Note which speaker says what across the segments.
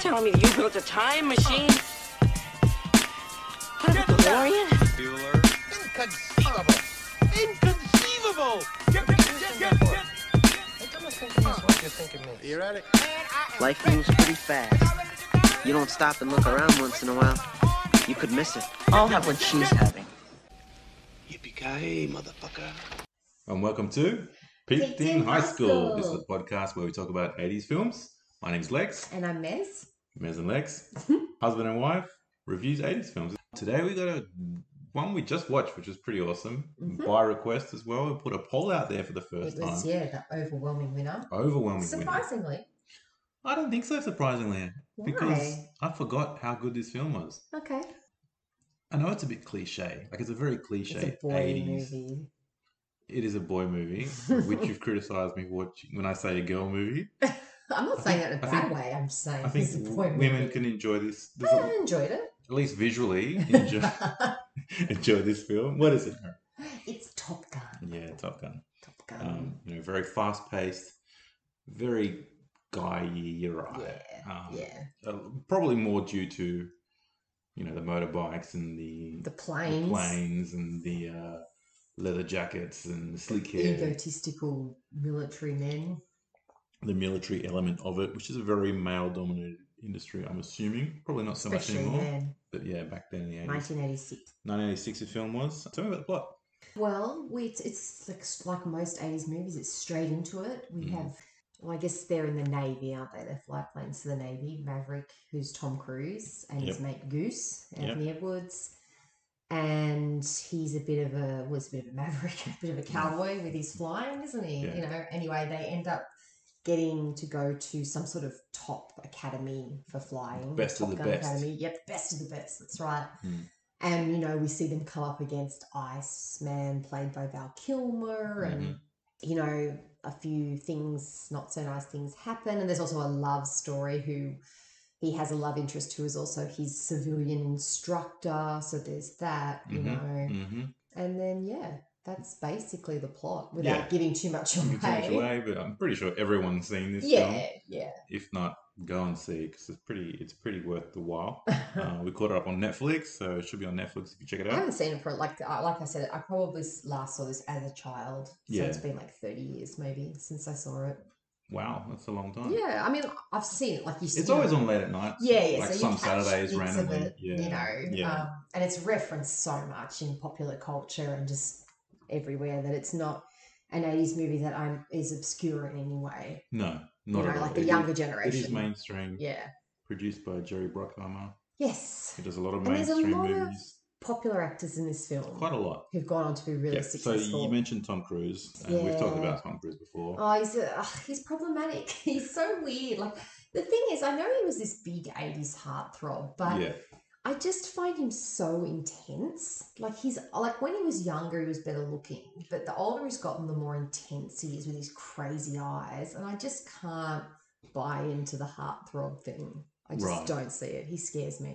Speaker 1: telling me that you built a time machine? What, a DeLorean?
Speaker 2: Inconceivable! Inconceivable! Get, get, get, get, get. You ready?
Speaker 3: Life moves pretty fast. You don't stop and look around once in a while. You could miss it. I'll have what she's having.
Speaker 2: Yippee-ki-yay, motherfucker.
Speaker 4: And welcome to Peaked in High School. This is a podcast where we talk about 80s films. My name's Lex,
Speaker 5: And I'm Mez.
Speaker 4: Mez and Lex, husband and wife, reviews 80s films. Today we got a one we just watched, which was pretty awesome.
Speaker 5: Mhm.
Speaker 4: By request as well. We put a poll out there for the first
Speaker 5: it was,
Speaker 4: time.
Speaker 5: yeah, the overwhelming winner.
Speaker 4: Overwhelming. winner.
Speaker 5: Surprisingly.
Speaker 4: I don't think so, surprisingly.
Speaker 5: Why?
Speaker 4: Because I forgot how good this film was.
Speaker 5: Okay.
Speaker 4: I know it's a bit cliche. Like it's a very cliche
Speaker 5: It's a boy
Speaker 4: 80s.
Speaker 5: movie.
Speaker 4: It is a boy movie, which you've criticized me watching when I say a girl movie.
Speaker 5: I'm not
Speaker 4: I
Speaker 5: saying
Speaker 4: think-
Speaker 5: that in a
Speaker 4: I
Speaker 5: bad
Speaker 4: think-
Speaker 5: way. I'm just saying
Speaker 4: I think
Speaker 5: it's a boy
Speaker 4: w- women
Speaker 5: movie.
Speaker 4: can enjoy this. There's
Speaker 5: I
Speaker 4: a-
Speaker 5: enjoyed it.
Speaker 4: at least visually, enjoy, enjoy this film. What is it?
Speaker 5: it's Top Gun.
Speaker 4: Yeah, Top Gun.
Speaker 5: Top Gun.
Speaker 4: Um, you know, very fast paced, very guy your eye.
Speaker 5: yeah.
Speaker 4: Um,
Speaker 5: yeah.
Speaker 4: uh, probably more due to, you know, the motorbikes and the,
Speaker 5: The
Speaker 4: the
Speaker 5: planes.
Speaker 4: planes and the uh, leather jackets and the sleek hair.
Speaker 5: Egotistical military men.
Speaker 4: the military element of it, which is a very male dominated industry, I'm assuming. Probably not so much
Speaker 5: Especially
Speaker 4: anymore.
Speaker 5: then,
Speaker 4: But yeah, back then in the 80s.
Speaker 5: 1986.
Speaker 4: 1986 the film was. Tell me about the plot.
Speaker 5: Well, we, it's, it's like, like most 80s movies, it's straight into it. We
Speaker 4: Mm.
Speaker 5: have, well, I guess they're in the Navy, aren't they? They fly planes to the Navy. Maverick, who's Tom Cruise, and his mate Goose,
Speaker 4: Yep.
Speaker 5: Anthony Edwards. And he's a bit of a, was a bit of a maverick, a bit of a cowboy with his flying, isn't he?
Speaker 4: Yeah.
Speaker 5: You know, anyway, they end up getting to go to some sort of top academy for flying.
Speaker 4: Best of
Speaker 5: Top
Speaker 4: the
Speaker 5: Gun
Speaker 4: best.
Speaker 5: Academy. Yep, best of the best. That's right.
Speaker 4: Mm.
Speaker 5: And you know, we see them come up against Iceman, played by Val Kilmer, and
Speaker 4: Mm-hmm.
Speaker 5: you know, a few things, not so nice things happen. And there's also a love story who he has a love interest who is also his civilian instructor. So there's that, you
Speaker 4: Mhm,
Speaker 5: know.
Speaker 4: Mm-hmm.
Speaker 5: And then yeah, that's basically the plot without
Speaker 4: Yeah.
Speaker 5: giving too much away.
Speaker 4: Give too much away, but I'm pretty sure everyone's seen this film.
Speaker 5: Yeah, yeah.
Speaker 4: If not, go and see because it's pretty. It's pretty worth the while. uh, we caught it up on Netflix, so it should be on Netflix if you check it
Speaker 5: I
Speaker 4: out.
Speaker 5: haven't seen it for like I- like I said, I probably s- last saw this as a child. So
Speaker 4: Yeah.
Speaker 5: it's been like thirty years maybe since I saw it.
Speaker 4: Wow, that's a long time.
Speaker 5: Yeah, I mean I've seen it like you.
Speaker 4: Mm. It's
Speaker 5: you
Speaker 4: always
Speaker 5: know,
Speaker 4: on late at night.
Speaker 5: Yeah, yeah.
Speaker 4: Like
Speaker 5: so you
Speaker 4: some
Speaker 5: catch
Speaker 4: Saturdays
Speaker 5: bits of
Speaker 4: randomly.
Speaker 5: it,
Speaker 4: yeah.
Speaker 5: You know,
Speaker 4: Yeah.
Speaker 5: um, and it's referenced so much in popular culture and just everywhere that it's not an '80s movie that I'm is obscure in any way.
Speaker 4: no, not
Speaker 5: you
Speaker 4: at
Speaker 5: know,
Speaker 4: all.
Speaker 5: like the
Speaker 4: It is-
Speaker 5: younger
Speaker 4: It
Speaker 5: generation.
Speaker 4: is mainstream.
Speaker 5: Yeah.
Speaker 4: Produced by Jerry Bruckheimer.
Speaker 5: Yes.
Speaker 4: He does a lot of
Speaker 5: And there's a
Speaker 4: mainstream
Speaker 5: lot of-
Speaker 4: movies.
Speaker 5: Popular actors in this film
Speaker 4: Quite a lot.
Speaker 5: who've gone on to be really
Speaker 4: Yeah. So
Speaker 5: successful.
Speaker 4: you mentioned Tom Cruise, and we've talked
Speaker 5: Yeah.
Speaker 4: about Tom Cruise before.
Speaker 5: Oh, he's uh, ugh, he's problematic. He's so weird. Like the thing is, I know he was this big '80s heartthrob, but
Speaker 4: yeah,
Speaker 5: I just find him so intense. Like he's like when he was younger, he was better looking, but the older he's gotten, the more intense he is with his crazy eyes, and I just can't buy into the heartthrob thing. I just
Speaker 4: Right.
Speaker 5: don't see it. He scares me.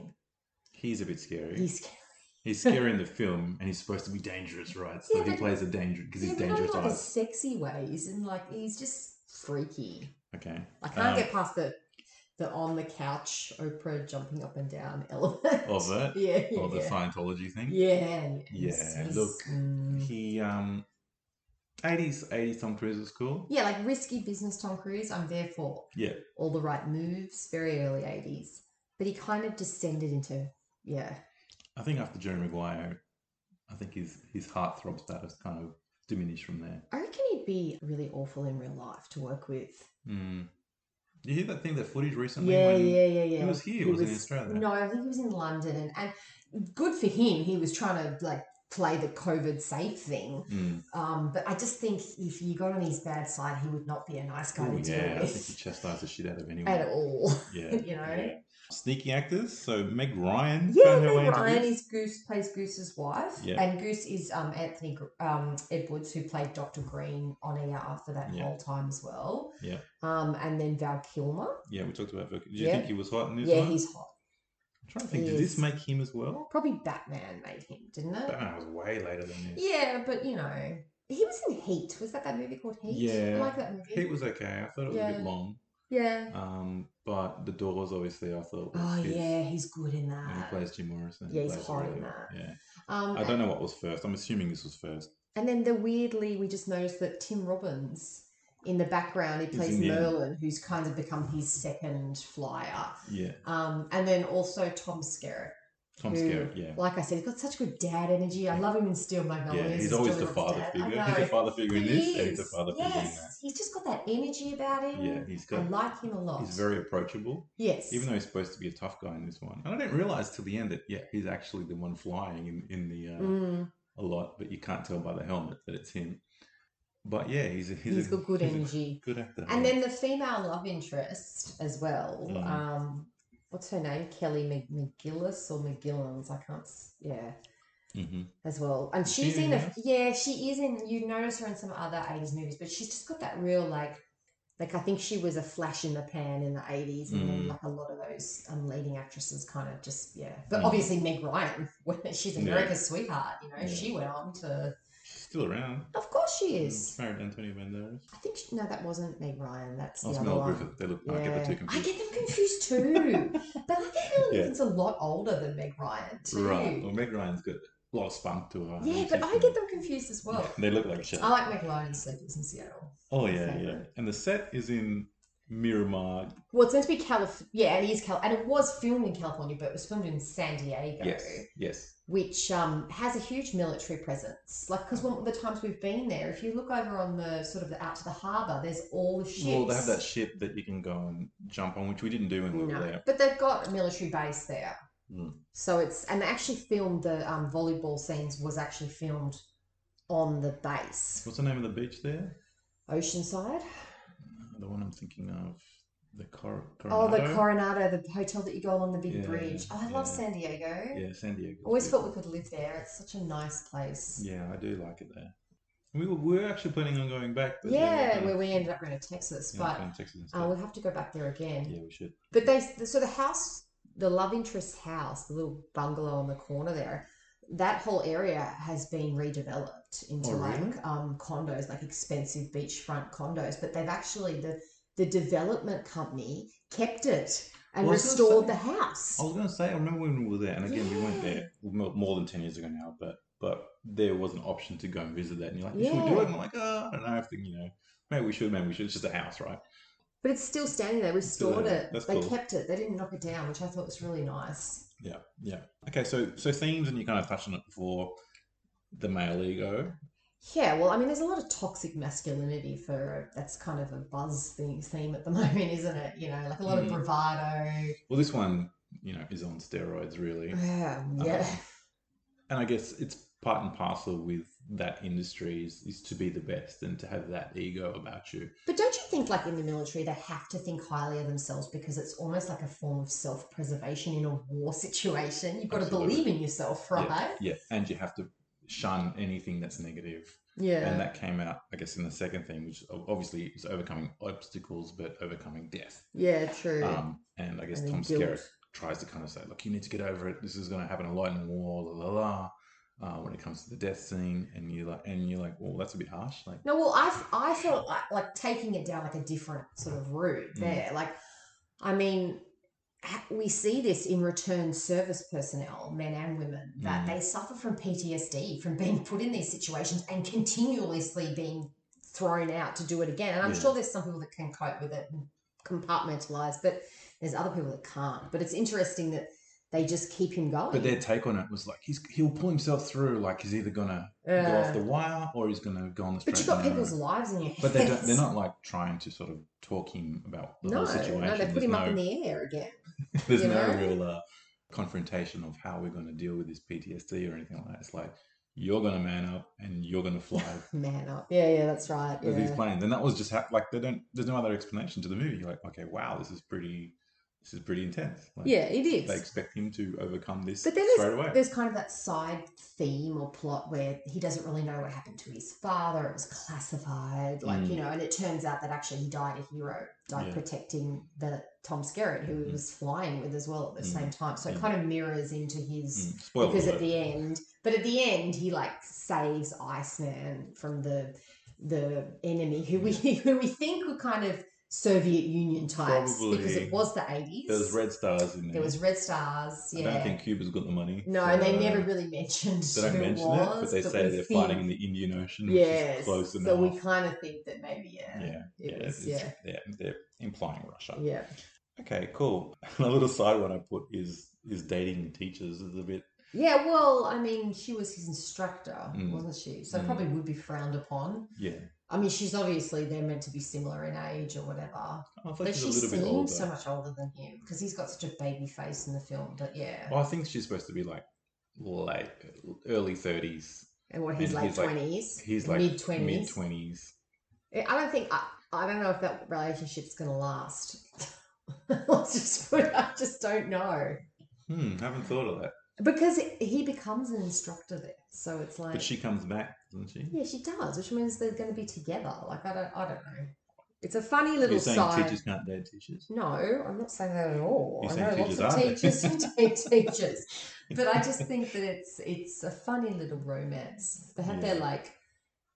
Speaker 4: he's a bit scary.
Speaker 5: He's scares.
Speaker 4: He's scary in the film, and he's supposed to be dangerous, right? So
Speaker 5: Yeah,
Speaker 4: he
Speaker 5: but-
Speaker 4: plays a danger because
Speaker 5: Yeah,
Speaker 4: he's
Speaker 5: but not in
Speaker 4: dangerous
Speaker 5: like a
Speaker 4: eyes.
Speaker 5: sexy way. He's in like he's just freaky.
Speaker 4: Okay.
Speaker 5: I can't
Speaker 4: Um,
Speaker 5: get past the the on the couch Oprah jumping up and down element
Speaker 4: Of it?
Speaker 5: Yeah, yeah,
Speaker 4: Or the
Speaker 5: yeah.
Speaker 4: Scientology thing.
Speaker 5: yeah, yes,
Speaker 4: Yeah,
Speaker 5: yes.
Speaker 4: look,
Speaker 5: Mm.
Speaker 4: He um, eighties, eighties Tom Cruise was cool.
Speaker 5: yeah, like risky business. Tom Cruise, I'm there for
Speaker 4: Yeah.
Speaker 5: all the right moves. Very early '80s, but he kind of descended into yeah,
Speaker 4: I think after Jerry Maguire, I think his his heartthrob status kind of diminished from there.
Speaker 5: I reckon he'd be really awful in real life to work with.
Speaker 4: Mm. You hear that thing, that footage recently?
Speaker 5: yeah,
Speaker 4: when-
Speaker 5: yeah, yeah, yeah.
Speaker 4: was here, wasn't he, in Australia?
Speaker 5: No, I think he was in London, and, and good for him. He was trying to like play the COVID safe thing.
Speaker 4: Mm.
Speaker 5: Um, but I just think if you got on his bad side, he would not be a nice guy
Speaker 4: Ooh,
Speaker 5: to deal
Speaker 4: yeah, I think he
Speaker 5: with
Speaker 4: chastised the shit out of anyone.
Speaker 5: at all.
Speaker 4: Yeah,
Speaker 5: you know?
Speaker 4: yeah. Sneaky actors. So Meg Ryan.
Speaker 5: Yeah,
Speaker 4: found her way
Speaker 5: Meg
Speaker 4: into
Speaker 5: Ryan
Speaker 4: this.
Speaker 5: is Goose plays Goose's wife,
Speaker 4: Yeah.
Speaker 5: and Goose is um, Anthony Gr- um, Edwards who played Doctor Green on ER after that
Speaker 4: Yeah.
Speaker 5: whole time as well.
Speaker 4: Yeah.
Speaker 5: Um, and then Val Kilmer.
Speaker 4: Yeah, we talked about. Voc- Do you
Speaker 5: Yeah.
Speaker 4: think he was hot in this
Speaker 5: yeah,
Speaker 4: one?
Speaker 5: he's hot.
Speaker 4: I'm trying to think.
Speaker 5: he
Speaker 4: Did this
Speaker 5: is.
Speaker 4: make him as well?
Speaker 5: Probably Batman made him, didn't it?
Speaker 4: Batman was way later than this.
Speaker 5: Yeah, but you know, he was in Heat. Was that that movie called Heat?
Speaker 4: Yeah.
Speaker 5: I like that movie.
Speaker 4: Heat was okay. I thought it was a
Speaker 5: Yeah.
Speaker 4: bit long.
Speaker 5: Yeah.
Speaker 4: Um, but The Doors, obviously, I thought. was
Speaker 5: Oh
Speaker 4: his-
Speaker 5: yeah, he's good in
Speaker 4: And he
Speaker 5: that.
Speaker 4: plays Jim Morrison.
Speaker 5: Yeah, he's
Speaker 4: plays
Speaker 5: hot in
Speaker 4: Ray.
Speaker 5: that.
Speaker 4: Yeah.
Speaker 5: Um,
Speaker 4: I don't know what was first. I'm assuming this was first.
Speaker 5: And then the weirdly, we just noticed that Tim Robbins in the background, he
Speaker 4: He's
Speaker 5: plays
Speaker 4: Indian.
Speaker 5: Merlin, who's kind of become his second flyer.
Speaker 4: Yeah.
Speaker 5: Um, and then also Tom Skerritt,
Speaker 4: Tom
Speaker 5: who,
Speaker 4: Skerritt, yeah.
Speaker 5: like I said, he's got such good dad energy. I love him in Steel Magnolias.
Speaker 4: Yeah, he's
Speaker 5: as
Speaker 4: always
Speaker 5: Johnny
Speaker 4: the
Speaker 5: Rock's
Speaker 4: father
Speaker 5: dad. I
Speaker 4: figure. He's the
Speaker 5: know.
Speaker 4: father figure in this, and he's the
Speaker 5: is.
Speaker 4: father figure in that.
Speaker 5: Yes, he's just got that energy about him.
Speaker 4: Yeah, he's
Speaker 5: I
Speaker 4: got.
Speaker 5: like him a lot.
Speaker 4: He's very approachable,
Speaker 5: yes,
Speaker 4: even though he's supposed to be a tough guy in this one. And I didn't realize till the end that yeah, he's actually the one flying in in the uh,
Speaker 5: Mm,
Speaker 4: a lot, but you can't tell by the helmet that it's him. But yeah, he's a, he's,
Speaker 5: he's
Speaker 4: a,
Speaker 5: got good
Speaker 4: he's a
Speaker 5: energy.
Speaker 4: good actor.
Speaker 5: And
Speaker 4: yeah.
Speaker 5: then the female love interest as well.
Speaker 4: Mm.
Speaker 5: Um, what's her name? Kelly Mc- McGillis or McGillans? I can't. s- Yeah,
Speaker 4: Mhm.
Speaker 5: as well. And
Speaker 4: Is she
Speaker 5: she's
Speaker 4: in
Speaker 5: in a
Speaker 4: this?
Speaker 5: yeah. She is in. You notice her in some other eighties movies, but she's just got that real like. Like I think she was a flash in the pan in the eighties, and then
Speaker 4: Mm.
Speaker 5: like a lot of those um, leading actresses kind of just yeah. But
Speaker 4: Mm.
Speaker 5: obviously Meg Ryan, when she's
Speaker 4: Yeah.
Speaker 5: America's sweetheart, you know,
Speaker 4: Yeah.
Speaker 5: she went on to.
Speaker 4: she's still around.
Speaker 5: Of course she
Speaker 4: She's
Speaker 5: is.
Speaker 4: married to Antonio Banderas.
Speaker 5: I think she, no, that wasn't Meg Ryan. That's
Speaker 4: Oh,
Speaker 5: the
Speaker 4: it's
Speaker 5: other
Speaker 4: Mel
Speaker 5: one.
Speaker 4: Griffith. They look.
Speaker 5: Yeah.
Speaker 4: I get the two
Speaker 5: I
Speaker 4: confused.
Speaker 5: get them confused too. but I think Helen
Speaker 4: Yeah.
Speaker 5: Mirren's a lot older than Meg Ryan too.
Speaker 4: Right. Well, Meg Ryan's got a lot of spunk to her.
Speaker 5: yeah,
Speaker 4: and
Speaker 5: but
Speaker 4: she's
Speaker 5: I
Speaker 4: been-
Speaker 5: get Oh, them confused as well.
Speaker 4: Yeah, they look like shit.
Speaker 5: I like Meg Ryan in Sleepers in Seattle.
Speaker 4: Oh yeah, yeah.
Speaker 5: Favourite.
Speaker 4: And the set is in Miramar.
Speaker 5: Well, it's meant to be Calif. Yeah, it is Cal, and it was filmed in California, but it was filmed in San Diego,
Speaker 4: Yes.
Speaker 5: which um, has a huge military presence. Like, because one of the times we've been there, if you look over on the sort of the, out to the harbour, there's all the ships.
Speaker 4: Well, they have that ship that you can go and jump on, which we didn't do when we were
Speaker 5: No,
Speaker 4: there.
Speaker 5: but they've got a military base there.
Speaker 4: Mm.
Speaker 5: So it's and they actually filmed the um, volleyball scenes was actually filmed on the base,
Speaker 4: What's the name of the beach there?
Speaker 5: Oceanside.
Speaker 4: The one I'm thinking of, the Cor-
Speaker 5: Oh,
Speaker 4: Coronado.
Speaker 5: the Coronado, the hotel that you go along the big
Speaker 4: Yeah,
Speaker 5: bridge. Oh, I love
Speaker 4: yeah.
Speaker 5: San Diego.
Speaker 4: Yeah, San Diego.
Speaker 5: Always thought we could live there. It's such a nice place.
Speaker 4: Yeah, I do like it there. We were, we were actually planning on going back. but
Speaker 5: Yeah,
Speaker 4: we
Speaker 5: where we ended up going to Texas, but uh, we'll have to go back there again.
Speaker 4: yeah, we should.
Speaker 5: But they so the house, the love interest house, the little bungalow on the corner there, that whole area has been redeveloped into
Speaker 4: Oh, really?
Speaker 5: like um, condos, like expensive beachfront condos. But they've actually the the development company kept it and
Speaker 4: Well, I was gonna
Speaker 5: restored
Speaker 4: say- oh.
Speaker 5: the house.
Speaker 4: I was going to say, I remember when we were there, and again, we went
Speaker 5: Yeah.
Speaker 4: there mo- more than 10 years ago now, but but there was an option to go and visit that. And you're like, should we do
Speaker 5: Yeah.
Speaker 4: it? And I'm like, oh, I don't know. I think, you know, maybe we should, maybe we should. It's just a house, right?
Speaker 5: But it's still standing there.
Speaker 4: Still
Speaker 5: Restored
Speaker 4: there.
Speaker 5: it.
Speaker 4: That's
Speaker 5: they
Speaker 4: cool.
Speaker 5: kept it. They didn't knock it down, which I thought was really nice.
Speaker 4: Yeah, yeah. Okay, so so themes, and you kind of touched on it before. The male ego.
Speaker 5: Yeah, well, I mean, there's a lot of toxic masculinity for that's kind of a buzz thing, theme at the moment, isn't it? You know, like a lot of
Speaker 4: Mm.
Speaker 5: bravado.
Speaker 4: Well, this one, you know, is on steroids, really,
Speaker 5: Yeah, Um, yeah,
Speaker 4: and I guess it's part and parcel with that industry is, is to be the best and to have that ego about you.
Speaker 5: but don't you think, like in the military, they have to think highly of themselves because it's almost like a form of self-preservation in a war situation? You've got
Speaker 4: Absolutely.
Speaker 5: to believe in yourself, right?
Speaker 4: Yeah, and you have to shun anything that's negative.
Speaker 5: Yeah,
Speaker 4: And that came out, I guess, in the second theme, which o- obviously is overcoming obstacles, but overcoming death.
Speaker 5: yeah, true.
Speaker 4: Um, and I guess
Speaker 5: And then
Speaker 4: Tom
Speaker 5: guilt.
Speaker 4: Skerritt tries to kind of say, look, you need to get over it. This is going to happen a lot in war, la la la. Uh, when it comes to the death scene, and you like, and you're like, well, that's a bit harsh. Like,
Speaker 5: No, well, I I felt like, like taking it down like a different sort of route
Speaker 4: Mm.
Speaker 5: there. Like, I mean, ha- we see this in returned service personnel, men and women, that
Speaker 4: Mm.
Speaker 5: they suffer from PTSD from being put in these situations and continuously being thrown out to do it again. And I'm
Speaker 4: Yeah.
Speaker 5: sure there's some people that can cope with it and compartmentalize, but there's other people that can't. But it's interesting that they just keep him going. Uh,
Speaker 4: but their take on it was like, he's he'll pull himself through. Like, he's either gonna go
Speaker 5: Yeah.
Speaker 4: off the wire or he's gonna go on the straight.
Speaker 5: but you've got
Speaker 4: and narrow.
Speaker 5: people's lives in your hands.
Speaker 4: But they don't, they're not like trying to sort of talk him about the
Speaker 5: No,
Speaker 4: whole situation.
Speaker 5: no, they put
Speaker 4: There's
Speaker 5: him up
Speaker 4: no-
Speaker 5: in the air again.
Speaker 4: There's
Speaker 5: you
Speaker 4: no
Speaker 5: know?
Speaker 4: real uh, confrontation of how we're going to deal with this PTSD or anything like that. It's like you're going to man up and you're going to fly
Speaker 5: Man up. Yeah, yeah, that's right.
Speaker 4: with these
Speaker 5: yeah.
Speaker 4: planes. And that was just how, like they don't. There's no other explanation to the movie. You're like, okay, wow, this is pretty. This is pretty intense. Like,
Speaker 5: Yeah, it is.
Speaker 4: They expect him to overcome this
Speaker 5: but then
Speaker 4: straight
Speaker 5: there's,
Speaker 4: away.
Speaker 5: there's kind of that side theme or plot where he doesn't really know what happened to his father. It was classified, like, you know, and it turns out that actually he died a hero, died
Speaker 4: Mm. Yeah.
Speaker 5: protecting the Tom Skerritt, who he
Speaker 4: Mhm.
Speaker 5: was flying with as well at the
Speaker 4: Mm.
Speaker 5: same time. So
Speaker 4: Mm.
Speaker 5: it kind of mirrors into his.
Speaker 4: Mm, spoiler
Speaker 5: because at
Speaker 4: alert.
Speaker 5: the end, but at the end, he like saves Iceman from the the enemy who we who we think were kind of Soviet Union types because
Speaker 4: Probably.
Speaker 5: it was the 80s.
Speaker 4: There was red stars in there.
Speaker 5: There was Red Stars. Yeah.
Speaker 4: I don't think Cuba's got the money.
Speaker 5: no, and they
Speaker 4: so
Speaker 5: never really mentioned
Speaker 4: They don't
Speaker 5: who
Speaker 4: mention
Speaker 5: it
Speaker 4: it,
Speaker 5: was,
Speaker 4: but they say
Speaker 5: we
Speaker 4: they're
Speaker 5: think-
Speaker 4: fighting in the Indian Ocean, which
Speaker 5: Yes.
Speaker 4: is close
Speaker 5: so
Speaker 4: enough.
Speaker 5: we kind of think that maybe yeah,
Speaker 4: yeah,
Speaker 5: it
Speaker 4: yeah,
Speaker 5: was yeah,
Speaker 4: it's- they're, they're implying Russia.
Speaker 5: yeah.
Speaker 4: Okay, cool. And a little side one I put is is dating teachers is a bit.
Speaker 5: Yeah, well, I mean, she was his instructor,
Speaker 4: Mm.
Speaker 5: wasn't she? So
Speaker 4: Mm.
Speaker 5: probably would be frowned upon.
Speaker 4: Yeah,
Speaker 5: I mean, she's obviously they're meant to be similar in age or whatever,
Speaker 4: I thought
Speaker 5: but
Speaker 4: she's
Speaker 5: she
Speaker 4: a little
Speaker 5: seems
Speaker 4: bit older.
Speaker 5: so much older than him because he's got such a baby face in the film. But yeah,
Speaker 4: Well, I think she's supposed to be like late, early thirties.
Speaker 5: and what he's
Speaker 4: and
Speaker 5: late
Speaker 4: he's like-
Speaker 5: twenties,
Speaker 4: He's like
Speaker 5: mid twenties.
Speaker 4: mid-twenties.
Speaker 5: I don't think I, I don't know if that relationship's gonna last. Let's just put, I just don't know
Speaker 4: Hmm, haven't thought of that.
Speaker 5: because he becomes an instructor there, so it's like
Speaker 4: But she comes back, doesn't she?
Speaker 5: Yeah, she does, which means they're going to be together. Like I don't, I don't know. It's a funny little
Speaker 4: You're saying
Speaker 5: side.
Speaker 4: teachers can't date teachers?
Speaker 5: No, I'm not saying that at all.
Speaker 4: You're
Speaker 5: I
Speaker 4: saying
Speaker 5: know
Speaker 4: teachers
Speaker 5: lots
Speaker 4: are
Speaker 5: of
Speaker 4: there.
Speaker 5: teachers who date teachers, but I just think that it's it's a funny little romance. They have their
Speaker 4: Yeah.
Speaker 5: like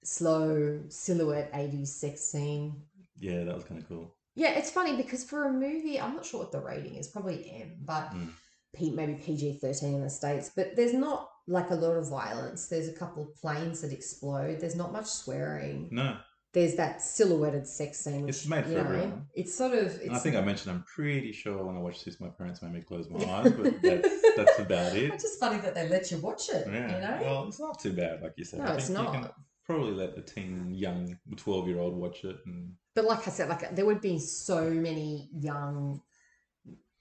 Speaker 5: slow silhouette 80s sex scene.
Speaker 4: Yeah, that was kind of cool.
Speaker 5: Yeah, it's funny because for a movie, I'm not sure what the rating is, probably M, but
Speaker 4: Mm.
Speaker 5: P, maybe PG 13 in the States. But there's not like a lot of violence. There's a couple of planes that explode. There's not much swearing.
Speaker 4: No,
Speaker 5: There's that silhouetted sex scene. Which,
Speaker 4: Hmm. It's made for
Speaker 5: you know,
Speaker 4: everyone.
Speaker 5: It's sort of.
Speaker 4: and
Speaker 5: It's,
Speaker 4: I think I mentioned I'm pretty sure when I watched this, my parents made me close my eyes, but that's, that's about it.
Speaker 5: It's just funny that they let you watch it.
Speaker 4: Yeah.
Speaker 5: You know.
Speaker 4: Well, it's not too bad, like you said.
Speaker 5: No,
Speaker 4: I
Speaker 5: it's
Speaker 4: think You
Speaker 5: not.
Speaker 4: can probably let the teen and young 12 year old watch it. And
Speaker 5: But like I said, like there would be so many young,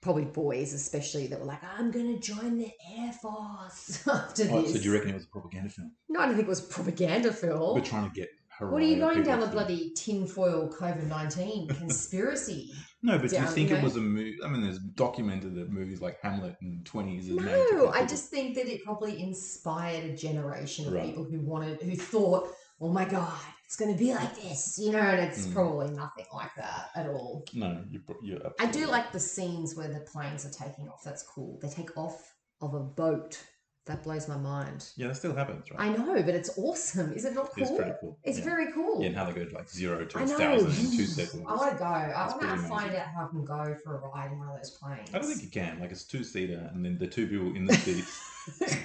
Speaker 5: probably boys especially, that were like, "I'm going to join the air force after
Speaker 4: oh,
Speaker 5: this."
Speaker 4: so do you reckon it was a propaganda film?
Speaker 5: No, I don't think it was a propaganda film.
Speaker 4: We're trying to get her.
Speaker 5: What are you going down the bloody tinfoil COVID 19 conspiracy?
Speaker 4: No, but do you
Speaker 5: down,
Speaker 4: think
Speaker 5: you
Speaker 4: it
Speaker 5: know?
Speaker 4: was a movie? I mean, there's documented that movies like Hamlet and 20s is made to
Speaker 5: no, I
Speaker 4: people-
Speaker 5: just think that it probably inspired a generation of
Speaker 4: Right.
Speaker 5: people who wanted, who thought, oh my God, it's going to be like this, you know, and it's
Speaker 4: Mm.
Speaker 5: probably nothing like that at all.
Speaker 4: No, you, you're
Speaker 5: I do
Speaker 4: absolutely-
Speaker 5: like the scenes where the planes are taking off. That's cool. They take off of a boat. That blows my mind.
Speaker 4: Yeah, that still happens, right?
Speaker 5: I know, but it's awesome. Is it not cool?
Speaker 4: It's pretty cool.
Speaker 5: It's
Speaker 4: yeah.
Speaker 5: very cool.
Speaker 4: Yeah, and how they go to like zero to
Speaker 5: I
Speaker 4: a
Speaker 5: know. Oh,
Speaker 4: thousand in two seconds.
Speaker 5: I want to go. I
Speaker 4: It's
Speaker 5: want to
Speaker 4: pretty amazing.
Speaker 5: find out how I can go for a ride in one of those planes.
Speaker 4: I don't think you can. Like, it's two seater, and then the two people in the seats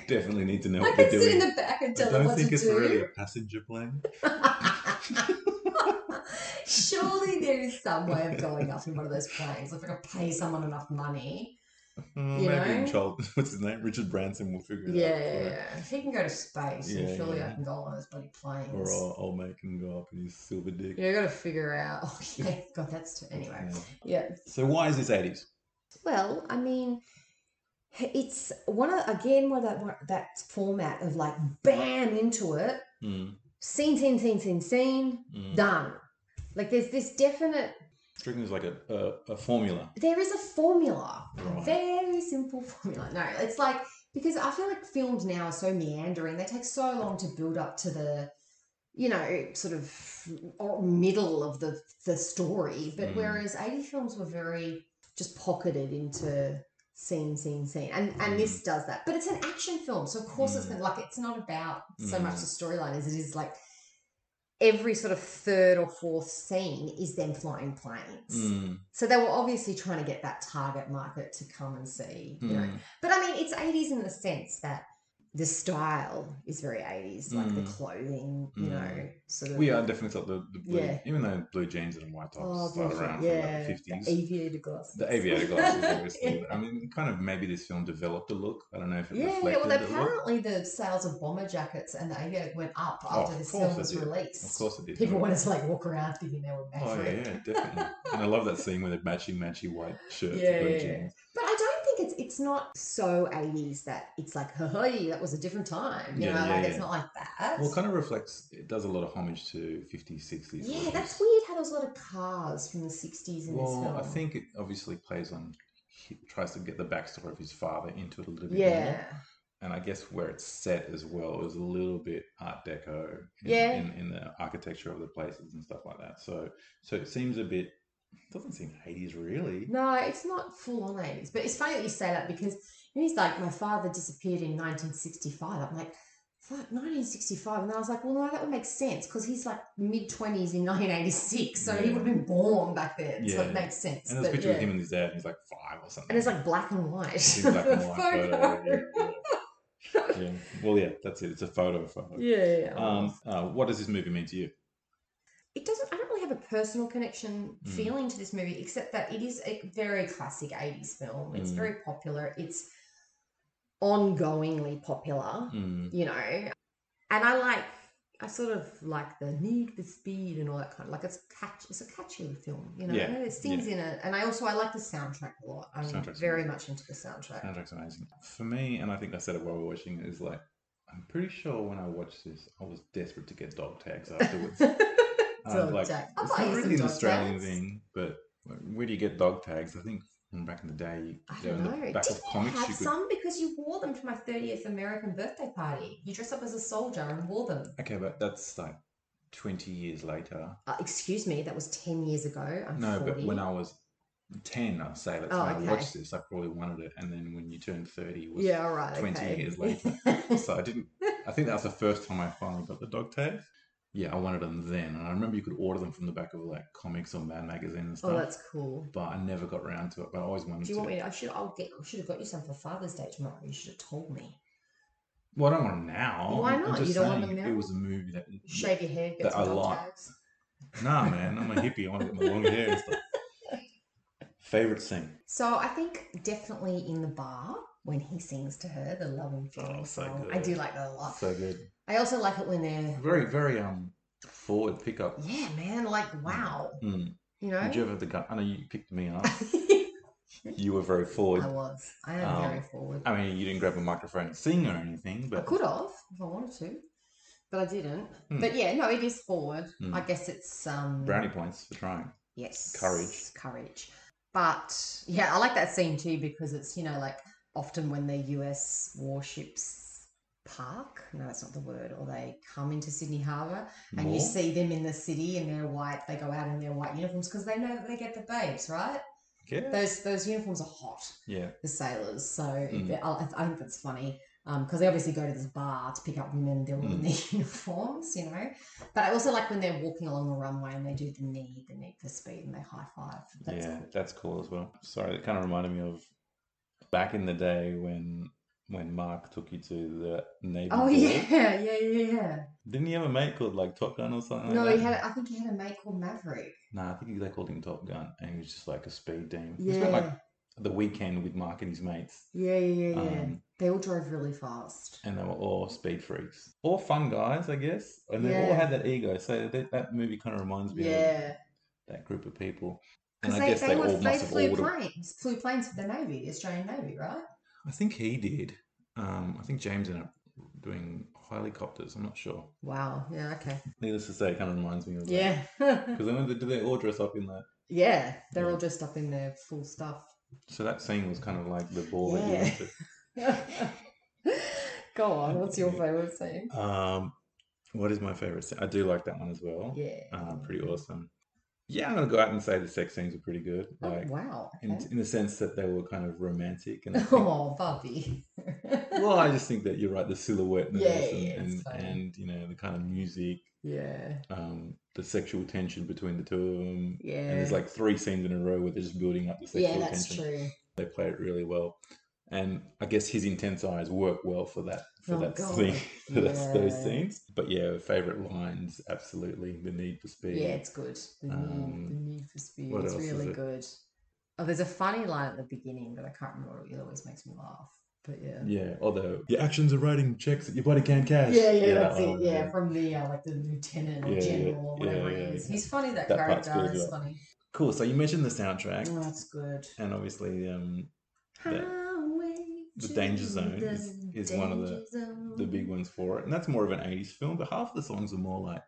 Speaker 4: definitely need to know
Speaker 5: I
Speaker 4: what
Speaker 5: can
Speaker 4: they're
Speaker 5: sit in
Speaker 4: doing.
Speaker 5: the back and
Speaker 4: I
Speaker 5: tell them
Speaker 4: don't
Speaker 5: what to
Speaker 4: think it's
Speaker 5: do.
Speaker 4: really a passenger plane.
Speaker 5: Surely there is some way of going up in one of those planes. If I could pay someone enough money,
Speaker 4: Uh,
Speaker 5: You
Speaker 4: maybe
Speaker 5: know?
Speaker 4: Charles, what's his name? Richard Branson will figure it
Speaker 5: yeah,
Speaker 4: out.
Speaker 5: yeah,
Speaker 4: for it.
Speaker 5: yeah. If he can go to space,
Speaker 4: Yeah,
Speaker 5: and surely
Speaker 4: yeah.
Speaker 5: I can go on one of those bloody
Speaker 4: Or
Speaker 5: planes.
Speaker 4: I'll, I'll make him go up in his silver dick.
Speaker 5: Yeah, I got to figure out. Oh, yeah, God, that's anyway.
Speaker 4: Yeah.
Speaker 5: Yeah,
Speaker 4: So why is this 80s?
Speaker 5: Well, I mean, it's one of again one of that one, that format of like bam into it,
Speaker 4: Mm,
Speaker 5: scene, scene, scene, scene, scene,
Speaker 4: mm.
Speaker 5: done. Like there's this definite.
Speaker 4: Do you reckon there's like a, a, a formula.
Speaker 5: There is a formula, a
Speaker 4: Right.
Speaker 5: very simple formula. No, it's like because I feel like films now are so meandering. They take so long to build up to the, you know, sort of or middle of the the story. But
Speaker 4: Mm.
Speaker 5: whereas eighty films were very just pocketed into scene, scene, scene, and and this does that. But it's an action film, so of course it's
Speaker 4: Mm.
Speaker 5: gonna, like it's not about so
Speaker 4: Mm.
Speaker 5: much the storyline as it is like every sort of third or fourth scene is them flying planes.
Speaker 4: Mm,
Speaker 5: So they were obviously trying to get that target market to come and see, you know.
Speaker 4: mm.
Speaker 5: But I mean, it's 80s in the sense that the style is very 80s, like the
Speaker 4: Mm.
Speaker 5: clothing, you know,
Speaker 4: Mm.
Speaker 5: sort of.
Speaker 4: We are definitely thought the, the blue,
Speaker 5: Yeah.
Speaker 4: even though blue jeans and white tops
Speaker 5: Oh,
Speaker 4: started
Speaker 5: blue-
Speaker 4: around
Speaker 5: yeah,
Speaker 4: from the 50s.
Speaker 5: the aviator glasses.
Speaker 4: The aviator glasses, obviously. I mean, kind of maybe this film developed a look. I don't know if it
Speaker 5: yeah,
Speaker 4: reflected
Speaker 5: well,
Speaker 4: the look.
Speaker 5: apparently the sales of bomber jackets and the aviator went up
Speaker 4: Oh,
Speaker 5: after
Speaker 4: of
Speaker 5: this
Speaker 4: course
Speaker 5: film
Speaker 4: it
Speaker 5: was
Speaker 4: did.
Speaker 5: released.
Speaker 4: Of course it did.
Speaker 5: People
Speaker 4: No,
Speaker 5: wanted to like walk around thinking they were
Speaker 4: Oh yeah,
Speaker 5: matching.
Speaker 4: yeah, definitely. and I love that scene where they're matching matchy white shirts
Speaker 5: Yeah,
Speaker 4: and blue
Speaker 5: yeah, yeah.
Speaker 4: jeans.
Speaker 5: But I don't think it's it's not so 80s that it's like, hey, that was a different time. You
Speaker 4: Yeah,
Speaker 5: know,
Speaker 4: yeah,
Speaker 5: like it's
Speaker 4: yeah.
Speaker 5: not like that.
Speaker 4: Well, it kind of reflects. It does a lot of homage to 50s, 60s.
Speaker 5: Yeah,
Speaker 4: 40s.
Speaker 5: that's weird how there's a lot of cars from the 60s in this film.
Speaker 4: Well, I think it obviously plays on. He tries to get the backstory of his father into it a little bit
Speaker 5: Yeah.
Speaker 4: more, and I guess where it's set as well is a little bit Art Deco. In,
Speaker 5: Yeah.
Speaker 4: In, in the architecture of the places and stuff like that. So, so it seems a bit. Doesn't seem 80s really.
Speaker 5: No, it's not full on 80s. But it's funny that you say that because he's like, my father disappeared in 1965. I'm like, fuck, 1965. And I was like, well, no, that would make sense because he's like mid 20s in 1986. So he
Speaker 4: Yeah.
Speaker 5: would have been born back then. So
Speaker 4: Yeah.
Speaker 5: it makes sense.
Speaker 4: And there's
Speaker 5: but
Speaker 4: a picture
Speaker 5: yeah.
Speaker 4: with him and his dad, and he's like five or something.
Speaker 5: And it's like black and white.
Speaker 4: It's in black and white
Speaker 5: Photo.
Speaker 4: photo. uh, Yeah, yeah, yeah. Well, yeah, that's it. It's a photo photo.
Speaker 5: Yeah, yeah, yeah.
Speaker 4: Um, uh, what does this movie mean to you?
Speaker 5: it doesn't. I don't really have a personal connection
Speaker 4: Mm.
Speaker 5: feeling to this movie, except that it is a very classic '80s film. It's
Speaker 4: Mm.
Speaker 5: very popular. It's ongoingly popular,
Speaker 4: Mm,
Speaker 5: you know. And I like. I sort of like the need for speed and all that kind of like it's catch. It's a catchy film, you know.
Speaker 4: Yeah,
Speaker 5: There's things in it, and I also I like the soundtrack a lot. I'm
Speaker 4: Soundtrack's
Speaker 5: very
Speaker 4: amazing.
Speaker 5: much into the soundtrack.
Speaker 4: soundtrack's amazing. For me, and I think I said it while we were watching, is like, I'm pretty sure when I watched this, I was desperate to get dog tags afterwards. And I was
Speaker 5: Dog
Speaker 4: like,
Speaker 5: tag. I'll
Speaker 4: It's
Speaker 5: buy
Speaker 4: not
Speaker 5: you some
Speaker 4: really an
Speaker 5: dog
Speaker 4: Australian
Speaker 5: tags.
Speaker 4: thing, but like, where do you get dog tags? I think from back in the day, you
Speaker 5: I
Speaker 4: you know,
Speaker 5: don't
Speaker 4: in the
Speaker 5: know.
Speaker 4: back
Speaker 5: Did
Speaker 4: of
Speaker 5: you
Speaker 4: comics,
Speaker 5: have
Speaker 4: you could.
Speaker 5: some because you wore them to my 30th American birthday party? You dressed up as a soldier and wore them.
Speaker 4: Okay, but that's like 20 years later.
Speaker 5: Uh, excuse me, that was 10 years ago. I'm
Speaker 4: No,
Speaker 5: 40.
Speaker 4: but when I was 10, I'd say, let's
Speaker 5: Oh,
Speaker 4: say
Speaker 5: okay.
Speaker 4: I watched this, I probably wanted it. And then when you turned 30, was
Speaker 5: yeah, all right.
Speaker 4: 20
Speaker 5: okay.
Speaker 4: years later. so I didn't. I think that was the first time I finally got the dog tags. Yeah, I wanted them then, and I remember you could order them from the back of like comics or Mad magazine and stuff.
Speaker 5: oh, that's cool.
Speaker 4: But I never got around to it. But I always wanted
Speaker 5: Do you
Speaker 4: to.
Speaker 5: want me to? I should. I'll get. I should have got you some for Father's Day tomorrow. You should have told me.
Speaker 4: Well, I don't want them now.
Speaker 5: Why
Speaker 4: I'm- I'm
Speaker 5: not? You
Speaker 4: just
Speaker 5: don't want
Speaker 4: saying
Speaker 5: them
Speaker 4: It
Speaker 5: now?
Speaker 4: was a movie that.
Speaker 5: Shave your hair. Get
Speaker 4: That
Speaker 5: some
Speaker 4: I
Speaker 5: dog
Speaker 4: like.
Speaker 5: tags.
Speaker 4: Nah, man, I'm a hippie. I want to get my long hair and stuff. Favorite scene.
Speaker 5: So I think definitely in the bar when he sings to her the love and feeling
Speaker 4: Oh, so
Speaker 5: song.
Speaker 4: good.
Speaker 5: I do like that a lot.
Speaker 4: So good.
Speaker 5: I also like it when they're.
Speaker 4: Very, very um forward pickup.
Speaker 5: Yeah, man. Like wow.
Speaker 4: Mm.
Speaker 5: You know.
Speaker 4: Did you ever have the gun? I know you picked me up. You were very forward.
Speaker 5: I was. I am
Speaker 4: Um,
Speaker 5: very forward.
Speaker 4: I mean, you didn't grab a microphone and sing or anything,
Speaker 5: I
Speaker 4: but
Speaker 5: could have if I wanted to, but I didn't.
Speaker 4: Hmm.
Speaker 5: But yeah, no, it is forward.
Speaker 4: Hmm.
Speaker 5: I guess it's um
Speaker 4: brownie points for trying.
Speaker 5: Yes,
Speaker 4: Courage.
Speaker 5: courage. But yeah, I like that scene too because it's you know like often when the U.S. warships park. No, that's not the word. Or they come into Sydney Harbour and
Speaker 4: More?
Speaker 5: you see them in the city and they're white. They go out in their white uniforms because they know that they get the babes, right?
Speaker 4: Yeah.
Speaker 5: Those those uniforms are hot.
Speaker 4: Yeah.
Speaker 5: the sailors. So
Speaker 4: Mm.
Speaker 5: it- I, I think that's funny because they obviously go to this bar to pick up women. They're all in
Speaker 4: Mm.
Speaker 5: their uniforms, you know. But I also like when they're walking along the runway and they do the knee, the knee for speed, and they high five. That's
Speaker 4: yeah,
Speaker 5: cool.
Speaker 4: that's cool as well. Sorry, it kind of reminded me of back in the day when when Mark took you to the Navy.
Speaker 5: Oh
Speaker 4: Ball.
Speaker 5: yeah, yeah, yeah, yeah.
Speaker 4: Didn't he have a mate called like Top Gun or something?
Speaker 5: No,
Speaker 4: like
Speaker 5: he
Speaker 4: that?
Speaker 5: had. I think he had a mate called Maverick.
Speaker 4: Nah, I think he- they called him Top Gun, and he was just like a speed demon. He spent like the weekend with Mark and his mates,
Speaker 5: yeah, yeah, yeah. yeah.
Speaker 4: Um,
Speaker 5: they all drove really fast.
Speaker 4: and they were all speed freaks, all fun guys, I guess. And they all
Speaker 5: Yeah.
Speaker 4: had that ego, so that, that movie kind of reminds me
Speaker 5: Yeah,
Speaker 4: of that group of people. And
Speaker 5: because
Speaker 4: I
Speaker 5: they,
Speaker 4: guess
Speaker 5: they,
Speaker 4: they,
Speaker 5: were,
Speaker 4: all
Speaker 5: they
Speaker 4: must have
Speaker 5: flew
Speaker 4: ordered.
Speaker 5: planes, flew planes for the navy, the Australian navy, right?
Speaker 4: I think he did. Um, I think James ended up doing helicopters. I'm not sure.
Speaker 5: Wow. Yeah. Okay.
Speaker 4: Needless to say, it kind of reminds me of
Speaker 5: Yeah.
Speaker 4: Because then they, do they all dress up in that?
Speaker 5: Yeah, they're
Speaker 4: Yeah.
Speaker 5: all dressed up in their full stuff.
Speaker 4: So that scene was kind of like the ball that you
Speaker 5: Yeah.
Speaker 4: wanted.
Speaker 5: Go on, what's your favorite scene?
Speaker 4: Um, what is my favorite scene? I do like that one as well.
Speaker 5: Yeah.
Speaker 4: Uh, pretty awesome. Yeah, I'm gonna go out and say the sex scenes are pretty good.
Speaker 5: Oh,
Speaker 4: Like
Speaker 5: wow.
Speaker 4: in,
Speaker 5: okay.
Speaker 4: in the sense that they were kind of romantic and I think,
Speaker 5: Oh, Bobby.
Speaker 4: well, I just think that you're right. The silhouette and,
Speaker 5: Yeah, yeah, it's
Speaker 4: and,
Speaker 5: funny.
Speaker 4: and you know the kind of music,
Speaker 5: yeah.
Speaker 4: um, the sexual tension between the two of them.
Speaker 5: Yeah.
Speaker 4: And there's like three scenes in a row where they're just building up the sexual
Speaker 5: yeah, that's
Speaker 4: tension.
Speaker 5: true.
Speaker 4: They play it really well, and I guess his intense eyes work well for that for
Speaker 5: Oh,
Speaker 4: that
Speaker 5: God.
Speaker 4: scene, for that, those
Speaker 5: Yeah.
Speaker 4: scenes. But yeah, favorite lines absolutely the need for speed.
Speaker 5: Yeah, it's good. The,
Speaker 4: Um,
Speaker 5: need, the need for speed
Speaker 4: what
Speaker 5: is
Speaker 4: else is
Speaker 5: really
Speaker 4: it?
Speaker 5: good. Oh, there's a funny line at the beginning that I can't remember. It always makes me laugh. But yeah.
Speaker 4: Yeah, although your actions are writing checks that your body can't cash.
Speaker 5: Yeah, yeah,
Speaker 4: that
Speaker 5: that's it.
Speaker 4: one,
Speaker 5: Yeah, from the uh, like the lieutenant or
Speaker 4: oh, Yeah, yeah,
Speaker 5: general or whatever
Speaker 4: yeah,
Speaker 5: he
Speaker 4: yeah,
Speaker 5: is.
Speaker 4: yeah.
Speaker 5: He's funny. That,
Speaker 4: That part's
Speaker 5: character
Speaker 4: good as
Speaker 5: is
Speaker 4: well.
Speaker 5: funny.
Speaker 4: Cool. So you mentioned the soundtrack,
Speaker 5: Oh, that's good.
Speaker 4: and obviously um, that-
Speaker 5: Highway
Speaker 4: the
Speaker 5: to
Speaker 4: Danger Zone
Speaker 5: the
Speaker 4: is- is one of the-
Speaker 5: danger zone.
Speaker 4: the big ones for it, and that's more of an '80s film. But half the songs are more like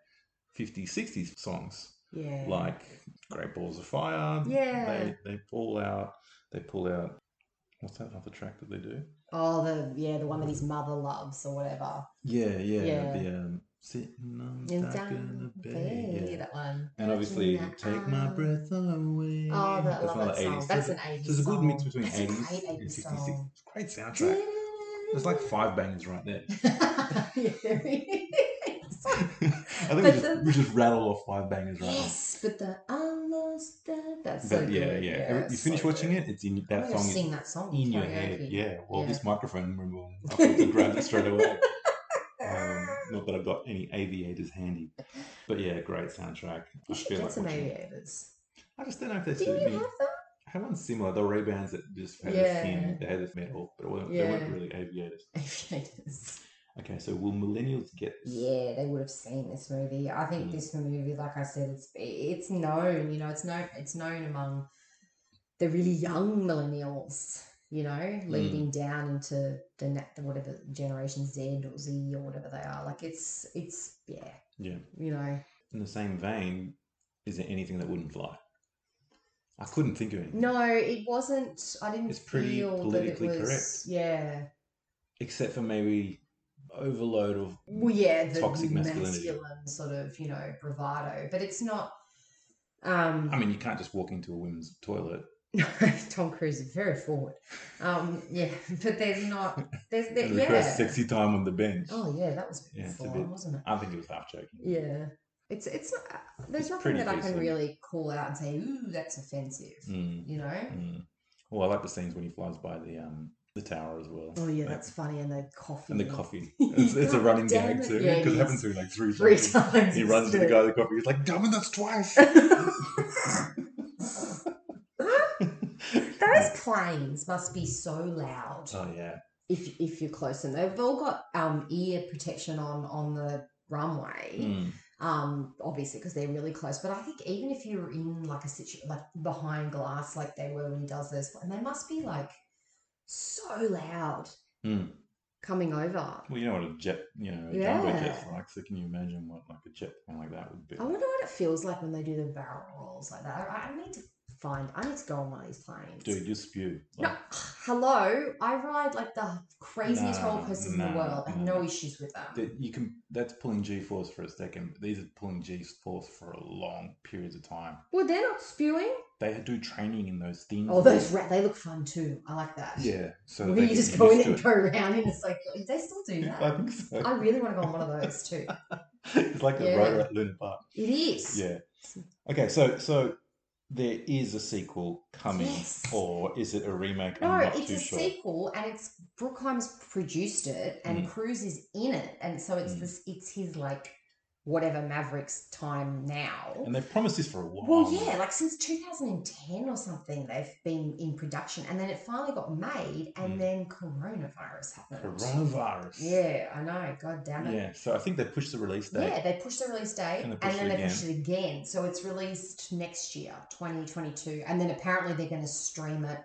Speaker 4: 50s, 60s songs,
Speaker 5: Yeah.
Speaker 4: like "Great Balls of Fire."
Speaker 5: Yeah.
Speaker 4: they they pull out. They pull out. What's that other track that they do?
Speaker 5: Oh, the yeah, the one that his mother loves or whatever.
Speaker 4: Yeah, yeah,
Speaker 5: Yeah.
Speaker 4: the um, sitting on
Speaker 5: Yeah,
Speaker 4: the dock of the bay. Yeah.
Speaker 5: that one.
Speaker 4: And obviously,
Speaker 5: Touching that
Speaker 4: take my
Speaker 5: arm.
Speaker 4: breath away.
Speaker 5: Oh, that, I
Speaker 4: That's
Speaker 5: love
Speaker 4: another
Speaker 5: that song.
Speaker 4: 80s.
Speaker 5: That's
Speaker 4: So
Speaker 5: an eighties.
Speaker 4: There's a good mix between
Speaker 5: That's a
Speaker 4: 80s
Speaker 5: great
Speaker 4: and
Speaker 5: 80s
Speaker 4: 56.
Speaker 5: song.
Speaker 4: Great soundtrack. There's like five bangers right there.
Speaker 5: yeah, there is.
Speaker 4: I think we
Speaker 5: But
Speaker 4: just,
Speaker 5: the-
Speaker 4: we just rattle off five bangers right
Speaker 5: yes, but the I lost that. That's
Speaker 4: now.
Speaker 5: so
Speaker 4: But yeah,
Speaker 5: good.
Speaker 4: yeah. Every- you
Speaker 5: it's
Speaker 4: finish
Speaker 5: so
Speaker 4: watching
Speaker 5: good.
Speaker 4: it, it's in
Speaker 5: I'm
Speaker 4: that
Speaker 5: gonna
Speaker 4: song is
Speaker 5: sing that song
Speaker 4: in your
Speaker 5: karaoke.
Speaker 4: head. Yeah. Well,
Speaker 5: Yeah.
Speaker 4: this um, microphone removal, I can grab it straight away. Um, not that I've got any aviators handy, but yeah, great soundtrack.
Speaker 5: You should get some
Speaker 4: watching it.
Speaker 5: aviators.
Speaker 4: I just don't know if they
Speaker 5: Do you
Speaker 4: suit
Speaker 5: have
Speaker 4: me.
Speaker 5: them?
Speaker 4: I had one similar. They were ray bands that just had a
Speaker 5: Yeah.
Speaker 4: skin, they had a metal, but it wasn't, they weren't
Speaker 5: Yeah.
Speaker 4: really aviators.
Speaker 5: Aviators.
Speaker 4: Okay, so will millennials get
Speaker 5: Yeah, they would have seen this movie. I think
Speaker 4: Mm.
Speaker 5: this movie, like I said, it's it's known. You know, it's known. It's known among the really young millennials. You know,
Speaker 4: Mm.
Speaker 5: leading down into the na- the whatever Generation Z or Z or whatever they are. Like it's it's yeah.
Speaker 4: Yeah.
Speaker 5: You know,
Speaker 4: in the same vein? Is there anything that wouldn't fly? I couldn't think of anything.
Speaker 5: no, it wasn't. I didn't
Speaker 4: It's pretty
Speaker 5: feel
Speaker 4: politically
Speaker 5: that it was.
Speaker 4: correct.
Speaker 5: Yeah.
Speaker 4: Except for maybe overload of.
Speaker 5: well, yeah, the
Speaker 4: Toxic masculinity.
Speaker 5: masculine sort of, you know, bravado. But it's not. Um,
Speaker 4: I mean, you can't just walk into a women's toilet.
Speaker 5: Tom Cruise is very forward. Um, yeah, but there's not. There's there,
Speaker 4: and
Speaker 5: yeah.
Speaker 4: request sexy time on the bench.
Speaker 5: Oh yeah, that was
Speaker 4: Yeah, it's a
Speaker 5: full
Speaker 4: bit-
Speaker 5: on, wasn't it?
Speaker 4: I think it was half joking.
Speaker 5: Yeah, it's it's not. uh, There's
Speaker 4: It's
Speaker 5: nothing
Speaker 4: pretty
Speaker 5: that I can
Speaker 4: decent.
Speaker 5: really call out and say, ooh, that's offensive.
Speaker 4: Mm,
Speaker 5: You know.
Speaker 4: mm. Well, I like the scenes when he flies by the um the tower as well.
Speaker 5: Oh yeah,
Speaker 4: Like,
Speaker 5: that's funny. And the coffee.
Speaker 4: and the coffee. It's, it's a
Speaker 5: God
Speaker 4: running
Speaker 5: damn
Speaker 4: gag
Speaker 5: it.
Speaker 4: too because
Speaker 5: Yeah, it
Speaker 4: it happens
Speaker 5: is.
Speaker 4: to him like three,
Speaker 5: Three
Speaker 4: times.
Speaker 5: times.
Speaker 4: He
Speaker 5: it's
Speaker 4: runs to the
Speaker 5: good.
Speaker 4: guy with the coffee. He's like, "Damn it, that's twice."
Speaker 5: Those planes must be so loud.
Speaker 4: oh yeah.
Speaker 5: if if you're close and they've all got um ear protection on on the runway
Speaker 4: Mm.
Speaker 5: um obviously because they're really close but i think even if you're in like a situ like behind glass like they were when he does this and they must be like so loud
Speaker 4: Mm.
Speaker 5: coming over
Speaker 4: Well, you know what a jet, you know, a jumbo jet's
Speaker 5: Yeah.
Speaker 4: like. So can you imagine what like a jet plane like that would be?
Speaker 5: i wonder what it feels like when they do the barrel rolls like that i, I need to find i need to go on one of these planes
Speaker 4: Dude, you spew.
Speaker 5: no,
Speaker 4: Like,
Speaker 5: hello. I ride like the craziest
Speaker 4: Nah,
Speaker 5: roller coasters in
Speaker 4: nah,
Speaker 5: the world. I have
Speaker 4: nah.
Speaker 5: no issues with them.
Speaker 4: that you can. That's pulling G force for a second. But these are pulling G force for a long periods of time.
Speaker 5: well, they're not spewing.
Speaker 4: They do training in those things.
Speaker 5: Oh, those rat, they look fun too. I like that.
Speaker 4: Mm. Yeah. So
Speaker 5: Where
Speaker 4: they
Speaker 5: you
Speaker 4: get
Speaker 5: just go in
Speaker 4: used
Speaker 5: and
Speaker 4: to
Speaker 5: go around in a circle. They still do
Speaker 4: it. I
Speaker 5: that.
Speaker 4: think so.
Speaker 5: I really want to go on one of those too.
Speaker 4: it's like
Speaker 5: Yeah.
Speaker 4: a rotor at Luna Park.
Speaker 5: It is.
Speaker 4: Yeah. Okay, so so there is a sequel coming,
Speaker 5: Yes.
Speaker 4: or is it a remake?
Speaker 5: No,
Speaker 4: I'm not
Speaker 5: it's
Speaker 4: too
Speaker 5: a
Speaker 4: sure.
Speaker 5: sequel, and it's Brookheim's produced it, and Cruise is in it, and so it's
Speaker 4: Mm.
Speaker 5: this. It's his like whatever Mavericks time now.
Speaker 4: And they've promised this for a while.
Speaker 5: Well, yeah, like since 2010 or something, they've been in production, and then it finally got made, and
Speaker 4: Mm.
Speaker 5: then coronavirus happened.
Speaker 4: Coronavirus.
Speaker 5: Yeah, I know. God damn it.
Speaker 4: Yeah. So I think they pushed the release date.
Speaker 5: Yeah, they pushed the release date and,
Speaker 4: And they pushed
Speaker 5: then
Speaker 4: it
Speaker 5: they pushed it again. So it's released next year, 2022. And then apparently they're going to stream it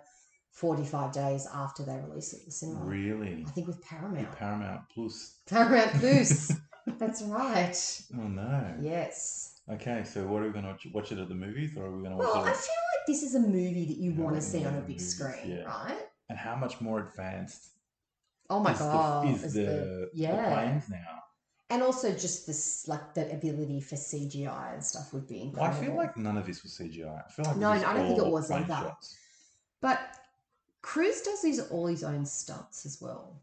Speaker 5: 45 days after they release it in the cinema.
Speaker 4: Really?
Speaker 5: I think with Paramount.
Speaker 4: Paramount Plus.
Speaker 5: Paramount Plus. That's right.
Speaker 4: Oh no.
Speaker 5: Yes.
Speaker 4: Okay, so what are we going to watch, watch it at the movies, or are we going to watch
Speaker 5: Well, I
Speaker 4: it?
Speaker 5: feel
Speaker 4: At,
Speaker 5: like this is a movie that you
Speaker 4: Yeah,
Speaker 5: want
Speaker 4: like
Speaker 5: to see on a
Speaker 4: modern
Speaker 5: big
Speaker 4: movies,
Speaker 5: screen,
Speaker 4: yeah.
Speaker 5: right?
Speaker 4: and how much more advanced?
Speaker 5: Oh my
Speaker 4: is
Speaker 5: God.
Speaker 4: The, is
Speaker 5: is
Speaker 4: the,
Speaker 5: yeah.
Speaker 4: the planes now?
Speaker 5: and also just this, like the ability for CGI and stuff would be
Speaker 4: Well, I
Speaker 5: incredible.
Speaker 4: feel like none of this was CGI. I feel like
Speaker 5: No,
Speaker 4: this is
Speaker 5: I don't think it
Speaker 4: all
Speaker 5: was
Speaker 4: plane
Speaker 5: either.
Speaker 4: shots.
Speaker 5: But Cruz does his, all his own stunts as well.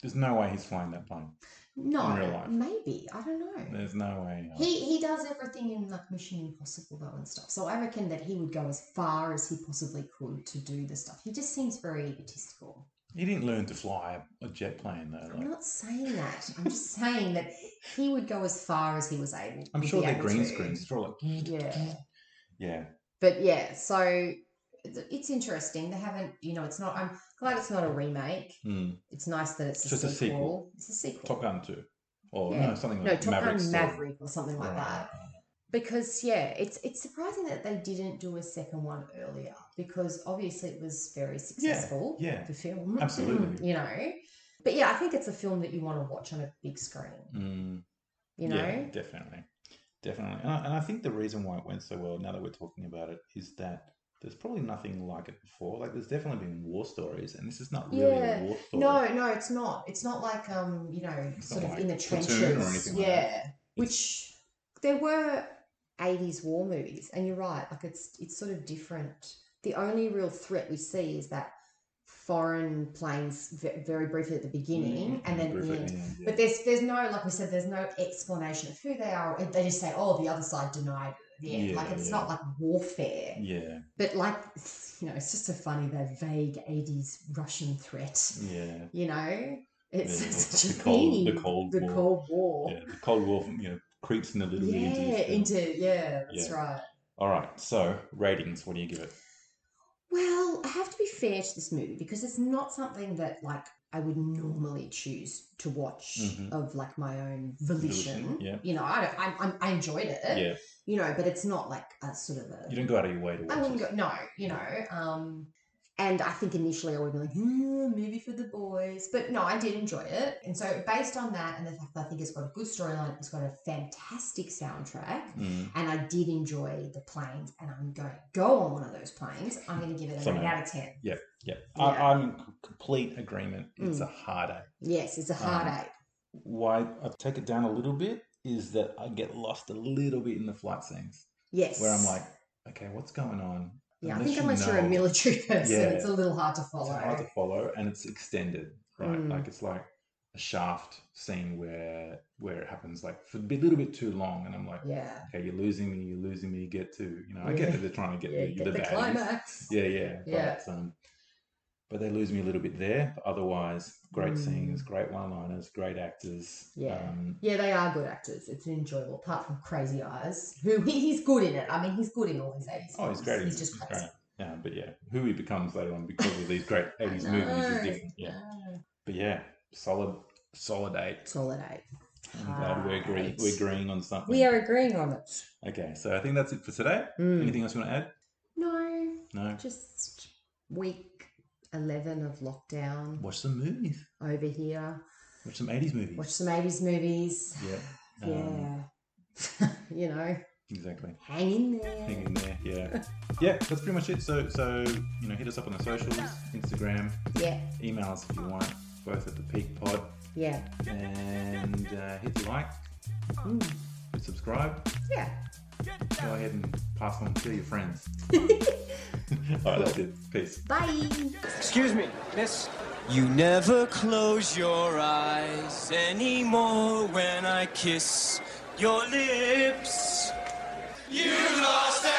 Speaker 4: There's no way he's flying that plane.
Speaker 5: No,
Speaker 4: real life.
Speaker 5: maybe I don't know.
Speaker 4: There's no way. uh,
Speaker 5: He he does everything in like Mission Impossible though and stuff. So I reckon that he would go as far as he possibly could to do the stuff. He just seems very egotistical.
Speaker 4: He didn't learn to fly a, a jet plane though. Like,
Speaker 5: I'm not saying that. I'm just saying that he would go as far as he was able.
Speaker 4: I'm
Speaker 5: would
Speaker 4: sure
Speaker 5: be
Speaker 4: they're
Speaker 5: able
Speaker 4: green
Speaker 5: to.
Speaker 4: screens. It's all like
Speaker 5: Yeah.
Speaker 4: yeah.
Speaker 5: But yeah, so it's it's interesting. They haven't, you know, it's not. I'm glad it's not a remake.
Speaker 4: Hmm.
Speaker 5: It's nice that it's,
Speaker 4: It's just a sequel.
Speaker 5: It's a sequel.
Speaker 4: Top Gun two, or
Speaker 5: Yeah.
Speaker 4: no something
Speaker 5: no,
Speaker 4: like
Speaker 5: Top
Speaker 4: Maverick.
Speaker 5: Gun
Speaker 4: Story.
Speaker 5: Maverick or something like
Speaker 4: Right,
Speaker 5: that.
Speaker 4: right, right.
Speaker 5: because yeah it's it's surprising that they didn't do a second one earlier because obviously it was very successful
Speaker 4: yeah.
Speaker 5: the film
Speaker 4: Absolutely.
Speaker 5: you know but yeah i think it's a film that you want to watch on a big screen
Speaker 4: Hmm.
Speaker 5: you know
Speaker 4: Yeah, definitely, definitely. And I, and I think the reason why it went so well, now that we're talking about it, is that there's probably nothing like it before. Like, there's definitely been war stories, and this is not really
Speaker 5: Yeah.
Speaker 4: a war story.
Speaker 5: no no it's not it's not like um you know
Speaker 4: It's
Speaker 5: sort
Speaker 4: not
Speaker 5: of
Speaker 4: like
Speaker 5: in the
Speaker 4: Platoon or
Speaker 5: trenches
Speaker 4: anything like
Speaker 5: yeah
Speaker 4: that.
Speaker 5: which there were 80s war movies and you're right like it's it's sort of different the only real threat we see is that foreign planes ve- very briefly at the
Speaker 4: Mm,
Speaker 5: beginning and then at the
Speaker 4: Griffin,
Speaker 5: end.
Speaker 4: yeah, yeah.
Speaker 5: But there's there's no like we said there's no explanation of who they are. It- They just say oh the other side denied. the end.
Speaker 4: Yeah,
Speaker 5: like it's
Speaker 4: yeah.
Speaker 5: not like warfare,
Speaker 4: yeah,
Speaker 5: but like you know it's just so funny the vague '80s Russian threat.
Speaker 4: yeah.
Speaker 5: You know it's
Speaker 4: Yeah,
Speaker 5: such
Speaker 4: the
Speaker 5: a
Speaker 4: Cold-
Speaker 5: thing.
Speaker 4: the Cold
Speaker 5: the
Speaker 4: War.
Speaker 5: Cold War.
Speaker 4: Yeah, the Cold War, you know, creeps in a little bit into
Speaker 5: Yeah,
Speaker 4: this. film.
Speaker 5: into yeah, that's
Speaker 4: Yeah.
Speaker 5: right.
Speaker 4: All right, so ratings. What do you give it?
Speaker 5: Well, I have to be fair to this movie because it's not something that like I would normally choose to watch
Speaker 4: Mhm.
Speaker 5: of like my own volition.
Speaker 4: Volition, yeah.
Speaker 5: You know, I don't, I, I'm- I enjoyed it.
Speaker 4: yeah,
Speaker 5: You know, but it's not like a sort of a.
Speaker 4: you don't go out of your way to
Speaker 5: I
Speaker 4: watch
Speaker 5: wouldn't
Speaker 4: it.
Speaker 5: go. No, you know. Um, and I think initially I would be like, hmm, movie for the boys. But no, I did enjoy it. And so, based on that and the fact that I think it's got a good storyline, it's got a fantastic soundtrack,
Speaker 4: Mm,
Speaker 5: and I did enjoy the planes, and I'm going to go on one of those planes. I'm going to give it an
Speaker 4: Somehow.
Speaker 5: 8 out of 10.
Speaker 4: yeah,
Speaker 5: Yeah.
Speaker 4: I, I'm in c- complete agreement. It's
Speaker 5: Mm.
Speaker 4: a hard A.
Speaker 5: Yes, it's a
Speaker 4: Um,
Speaker 5: heartache.
Speaker 4: Why I take it down a little bit is that I get lost a little bit in the flight scenes
Speaker 5: yes.
Speaker 4: where I'm like, okay, what's going on?
Speaker 5: yeah, I
Speaker 4: unless
Speaker 5: think
Speaker 4: you
Speaker 5: unless you're a
Speaker 4: know-
Speaker 5: military person,
Speaker 4: Yeah.
Speaker 5: it's a little hard to follow.
Speaker 4: It's hard to follow, and it's extended, right?
Speaker 5: Mm.
Speaker 4: Like it's like a shaft scene where where it happens like for a bit- little bit too long, and I'm like,
Speaker 5: yeah.
Speaker 4: okay, you're losing me, you're losing me. Get to you know, I
Speaker 5: Yeah.
Speaker 4: get that they're trying to get
Speaker 5: Yeah,
Speaker 4: the,
Speaker 5: get
Speaker 4: the,
Speaker 5: the
Speaker 4: baddies.
Speaker 5: climax.
Speaker 4: Yeah, yeah,
Speaker 5: Yeah.
Speaker 4: But, um, but they lose me a little bit there. But otherwise, great
Speaker 5: Mm.
Speaker 4: scenes, great one-liners, great actors.
Speaker 5: Yeah.
Speaker 4: um,
Speaker 5: Yeah, they are good actors. It's enjoyable, apart from Crazy Eyes, who he, he's good in it. I mean, he's good in all his 80s.
Speaker 4: oh, he's
Speaker 5: films.
Speaker 4: great.
Speaker 5: He's just
Speaker 4: He's
Speaker 5: crazy.
Speaker 4: great. Yeah, but yeah, who he becomes later on because of these great
Speaker 5: I
Speaker 4: '80s movies is
Speaker 5: know.
Speaker 4: different. Yeah,
Speaker 5: Ah,
Speaker 4: but yeah, solid, solid eight.
Speaker 5: Solid eight.
Speaker 4: I'm glad we're agree-
Speaker 5: Right.
Speaker 4: we're agreeing on something.
Speaker 5: We are agreeing on it.
Speaker 4: Okay, so I think that's it for today.
Speaker 5: Mm.
Speaker 4: Anything else you want to add?
Speaker 5: No,
Speaker 4: No.
Speaker 5: just week 11 of lockdown
Speaker 4: Watch some movies.
Speaker 5: over here.
Speaker 4: Watch some '80s movies.
Speaker 5: Watch some 80s movies.
Speaker 4: yeah. Um,
Speaker 5: Yeah. you know,
Speaker 4: Exactly.
Speaker 5: hang in there.
Speaker 4: Hang in there. Yeah. yeah. That's pretty much it. So so you know, hit us up on the socials, Instagram,
Speaker 5: Yeah,
Speaker 4: email us if you want. Both at the Peak Pod
Speaker 5: yeah.
Speaker 4: and uh, hit like,
Speaker 5: Mm.
Speaker 4: hit subscribe.
Speaker 5: Yeah.
Speaker 4: Go ahead and pass on to your friends. All right, that's it. Peace.
Speaker 5: Bye.
Speaker 6: Excuse me, miss. You never close your eyes anymore when I kiss your lips. You lost